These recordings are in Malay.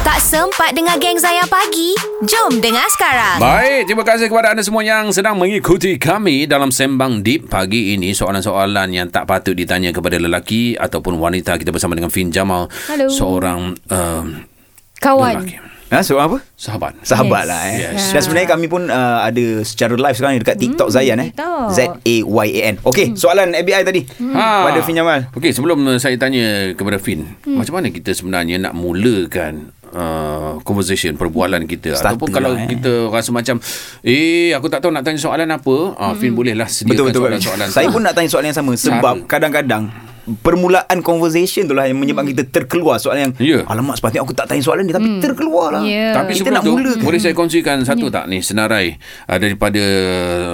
Tak sempat dengar geng Zayan pagi? Jom dengar sekarang. Baik, terima kasih kepada anda semua yang sedang mengikuti kami dalam Sembang Deep pagi ini. Soalan-soalan yang tak patut ditanya kepada lelaki ataupun wanita. Kita bersama dengan Fin Jamal. Hello. Seorang uh, Kawan. lelaki. Ha, sebab apa? Sahabat. Sahabat yes. Yes. lah eh. Yes. Yes. Dan sebenarnya kami pun uh, ada secara live sekarang ni dekat TikTok hmm, Hmm, Zayan eh. TikTok. Z-A-Y-A-N. Okey, hmm. soalan ABI tadi. Hmm. Pada Fin Jamal. Ha. Okey, sebelum uh, saya tanya kepada Fin, hmm. macam mana kita sebenarnya nak mulakan uh, conversation perbualan kita Starter ataupun kalau lah, eh. kita rasa macam eh aku tak tahu nak tanya soalan apa, ah Fin Hmm. bolehlah Betul sediakan betul. betul. soalan-soalan. Saya pun nak tanya soalan yang sama sebab kadang-kadang permulaan conversation tu lah yang menyebabkan kita terkeluar soalan yang Ya. alamak sepatutnya aku tak tanya soalan ni tapi hmm. terkeluar lah. Ya. Tapi sebelum kita nak tu mula boleh saya kongsikan satu tak ni senarai uh, daripada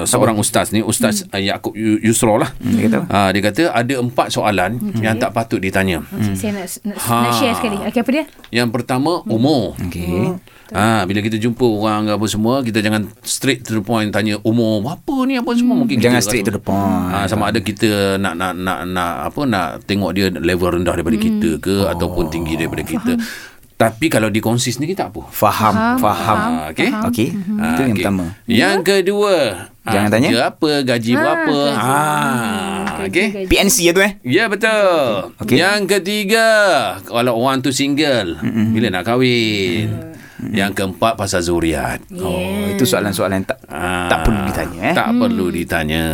seorang ustaz ni ustaz hmm. Yaakob Yu- Yusro lah. Hmm, Dia kata apa? Hmm. Ah, dia kata ada empat soalan yang tak patut ditanya. Okay, saya nak, nak, Ha. nak share sekali. Okey, apa dia? Yang pertama Hmm. umur. Okey. Ha, bila kita jumpa orang ke apa semua kita jangan straight to the point tanya umur berapa ni apa semua mungkin Hmm. Jangan kita straight to the point. Ha, sama ada kita nak nak nak nak apa nak tengok dia level rendah Hmm. daripada kita ke Oh. ataupun tinggi daripada kita. Tapi kalau dikongsi sendiri tak apa. Faham, faham. Hmm. Ha, okey. Okey. Ah, Itu yang okey. pertama. Yang kedua, Jangan ah, tanya. Kerja apa, gaji berapa. kerja. Ah, okey. Hmm, Gaji. PNC ya tu eh. Ya betul. Okay. Yang ketiga, kalau orang tu single, mm bila nak kahwin. Hmm. Yang keempat pasal zuriat. Oh, itu soalan-soalan tak Ah, tak perlu ditanya eh. Hmm. Tak perlu ditanya.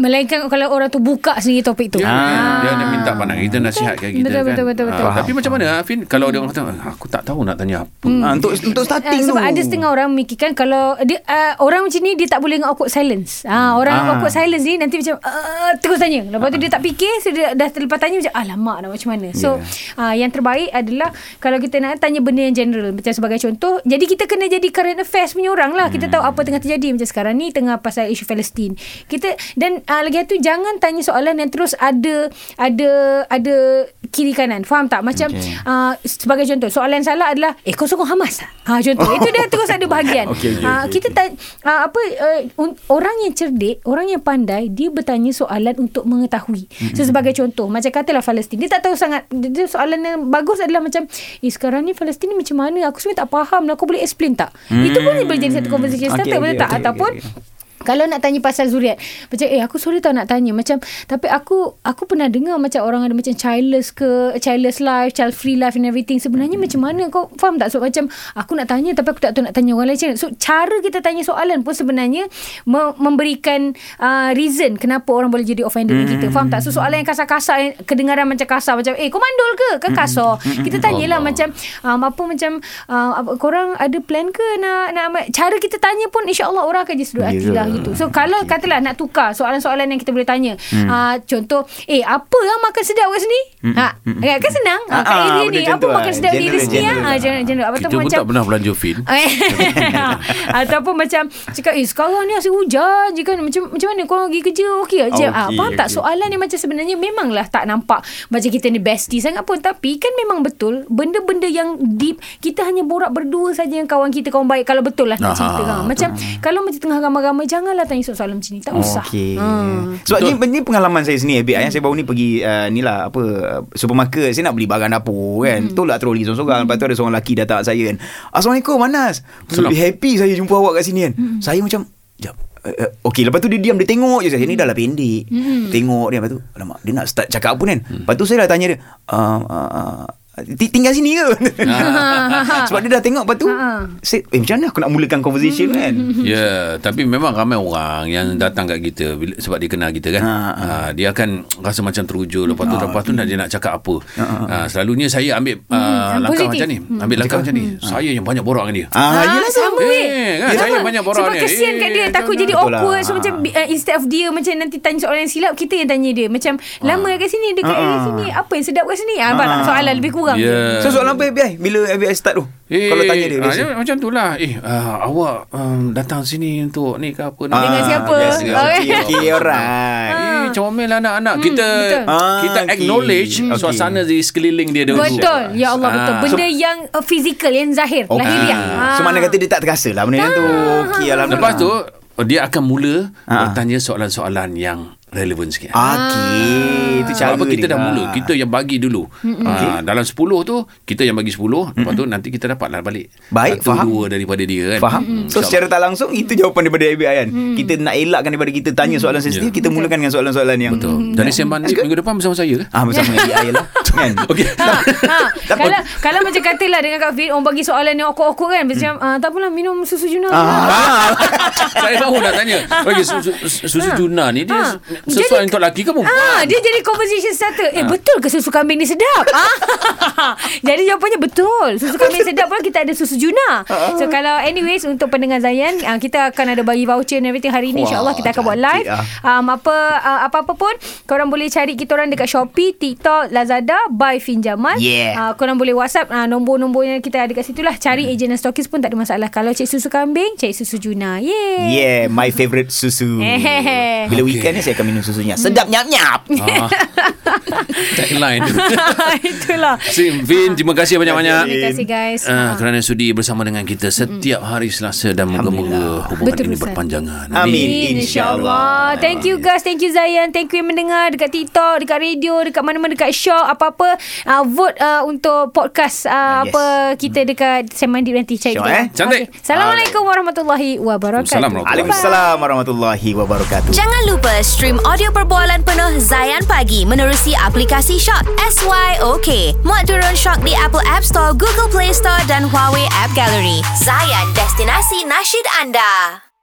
Melainkan kalau orang tu buka sendiri topik tu. Dia, ah. dia nak minta pandangan kita nasihatkan kita Betul, kan. betul, betul, betul. Ah, tapi macam mana Afin kalau dia orang kata "Ah, aku tak tahu nak tanya apa. Ha, untuk untuk Uh, starting tu. sebab ada setengah orang memikirkan kalau dia uh, orang macam ni dia tak boleh dengan awkward silence. Ha orang ah. Ah. awkward silence ni nanti macam uh, terus tanya. Lepas tu dia tak fikir so dia dah terlepas tanya macam alamak nak macam mana. So yeah. uh, yang terbaik adalah kalau kita nak tanya benda yang general macam sebagai contoh jadi kita kena jadi current affairs punya orang lah. Kita tahu Hmm. apa tengah terjadi macam sekarang ni tengah pasal isu Palestin. Kita dan uh, lagi tu jangan tanya soalan yang terus ada ada ada kiri kanan. Faham tak? Macam okay. Okay. uh, sebagai contoh soalan salah adalah eh kau sokong Hamas tak? Ha contoh itu dia terus ada bahagian. Okey, okey, Ah, okey, kita ta- ah, apa uh, un- orang yang cerdik, orang yang pandai dia bertanya soalan untuk mengetahui. So sebagai contoh macam katalah Palestin dia tak tahu sangat dia, dia soalan yang bagus adalah macam eh sekarang ni Palestin ni macam mana? Aku sebenarnya tak faham lah kau boleh explain tak? Itu pun boleh jadi satu conversation Mm. Okey, starter okey, betul tak? okey, okey, Ataupun okey. kalau nak tanya pasal zuriat Macam eh aku sorry tau nak tanya Macam tapi aku Aku pernah dengar macam orang ada macam Childless ke Childless life Child free life and everything Sebenarnya macam mana kau faham tak So macam aku nak tanya Tapi aku tak tahu nak tanya orang lain macam mana. So cara kita tanya soalan pun sebenarnya me- Memberikan uh, reason Kenapa orang boleh jadi offended dengan kita Faham tak So soalan yang kasar-kasar yang Kedengaran macam kasar Macam eh kau mandul ke Ke kasar Kita tanyalah Allah. macam um, Apa macam uh, apa- Korang ada plan ke nak, nak amat? Cara kita tanya pun InsyaAllah orang akan jadi sudut hati Ya. lah gitu So kalau katalah nak tukar soalan-soalan yang kita boleh tanya. Hmm. contoh, eh apa lah makan sedap kat sini? Hmm. Ha, hmm. kan senang. Ha, kat Ah, ah, area benda ni macam apa tu lah. makan sedap di General, sini ah? general Ha, lah. jangan jangan apa Kita tu pun macam tak pernah belanja Fin. Eh, Ataupun macam Cakap eh sekarang ni asyik hujan je kan Macam macam mana korang pergi kerja Okey lah okay, Okey, ah, Faham tak okey. soalan yang macam sebenarnya Memanglah tak nampak Macam kita ni bestie sangat pun Tapi kan memang betul Benda-benda yang deep Kita hanya borak berdua saja Yang kawan kita kawan baik Kalau betul lah nak Ah, cerita kan Macam kalau macam tengah ramai-ramai Janganlah tanya soalan macam ni Tak usah Okey. Hmm. Sebab ni, ni pengalaman saya sendiri Abik. Hmm. Saya baru ni pergi uh, ni lah apa uh, supermarket. Saya nak beli barang dapur kan. Hmm. Tolak troli seorang-seorang. Lepas tu ada seorang lelaki datang kat saya kan. Assalamualaikum Anas. Salam. Lebih happy saya jumpa awak kat sini kan. Hmm. Saya macam Jap. Uh, okay Lepas tu dia diam Dia tengok je saya Ni dah lah pendek mm. Hmm. Tengok dia Lepas tu Alamak Dia nak start cakap apa kan mm. Lepas tu saya dah tanya dia uh, uh, uh, ti- Tinggal sini ke Sebab dia dah tengok Lepas tu Ha. saya, Eh macam mana aku nak mulakan conversation kan Hmm. Ya, yeah, tapi memang ramai orang yang datang kat kita bila, sebab dia kenal kita kan. Ha, Ha, Ah. ha. dia akan rasa macam teruja lepas tu lepas tu nak dia nak cakap apa. Ha, selalunya saya ambil uh, langkah Hmm, positif. Hmm. macam ni. Ambil langkah macam ni. Saya yang banyak borak dengan dia. Hmm. Ha. Ah, Ah, yelah sama Eh, weh. kan, Sama. saya banyak borak Sebab ni. kesian kat Eh, dia takut macam jadi mana? Betul awkward lah. so macam uh, instead of dia macam nanti tanya soalan yang silap kita yang tanya dia. Macam lama kat sini dekat area sini apa yang sedap kat sini? Ah, Abang tak soalan lebih kurang. Ya. je. So soalan apa ABI Bila ABI start tu Eh, Kalau tanya dia ah, biasa Macam tu lah Eh ah, awak um, datang sini untuk ni ke apa ni? Dengan Ah, siapa? Ah. biasa. Okay. Okey, okey, alright. Eh, comel Hmm, anak-anak. Kita betul. kita Ah, okey. acknowledge Hmm. suasana di sekeliling dia dahulu. Betul. Ya Allah betul. Ah. Benda yang uh, fizikal yang zahir, Ah. Okey. lahiriah. So mana kata dia tak terasa lah benda yang tu. Okey, alhamdulillah. Lepas tu dia akan mula Ha. bertanya soalan-soalan yang relevan sikit. Ah, Okey, itu cara Selama Ah, kita dia. dah mula Kita yang bagi dulu ha, Dalam 10 tu Kita yang bagi 10 Lepas tu nanti kita dapatlah balik Baik, Satu faham. dua daripada dia kan Ah, Faham? Hmm, So secara tak langsung itu jawapan daripada ABI kan. Kita nak elakkan daripada kita tanya soalan sensitif, kita mulakan dengan soalan-soalan yang Ya. Hmm. Betul Jadi sembang ni minggu depan bersama saya ke? Ah bersama dengan ABI lah. Kan? Okey Ha, ha. Tak apa. kalau kalau macam katilah dengan Kak Fit orang bagi soalan yang okok-okok kan macam ah, tak apalah minum susu Juna. Ah. Saya baru nak tanya okay, Susu, su- susu Juna ni Dia Ha. sesuai Jadi- untuk lelaki ke Ah, perempuan? dia jadi conversation starter. Eh, betul ke susu kambing ni sedap? Ah. jadi jawapannya betul. Susu kambing sedap pula kita ada susu Juna. So kalau anyways untuk pendengar Zayan, ah, kita akan ada bagi voucher and everything hari ni Wah, insya-Allah kita akan buat cantik live. Um, apa ah, apa-apa pun korang boleh cari kita orang dekat Shopee, TikTok, Lazada by Finjaman. Yeah. Ah, korang boleh WhatsApp ah, nombor-nombor yang kita ada kat situ lah. Cari ejen dan stokis pun tak ada masalah. Kalau cek susu kambing, cek susu Juna. Yeay. Yeah, my favourite susu. Hehehe. Bila Okey. weekend ni saya akan minum susunya. Sedap nyap-nyap. Ah. Tagline Itulah. Sim, Vin, terima kasih banyak-banyak. Terima kasih, guys. Ah, kerana sudi bersama dengan kita setiap hari Selasa dan moga-moga hubungan Betul, ini Ustaz. berpanjangan. Amin. InsyaAllah Thank you guys Thank you Zayan Thank you yang mendengar Dekat TikTok Dekat radio Dekat mana-mana Dekat show Apa-apa uh, Vote uh, untuk podcast uh, Ah, Yes. Apa Kita dekat Seman Deep nanti Cari Syok, kita. eh? Cantik. Okey. Assalamualaikum warahmatullahi wabarakatuh Assalamualaikum. Waalaikumsalam warahmatullahi wabarakatuh. Jangan lupa stream audio perbualan penuh Zayan Pagi menerusi aplikasi Shock SYOK. Muat turun Shock di Apple App Store, Google Play Store dan Huawei App Gallery. Zayan, destinasi nasyid anda.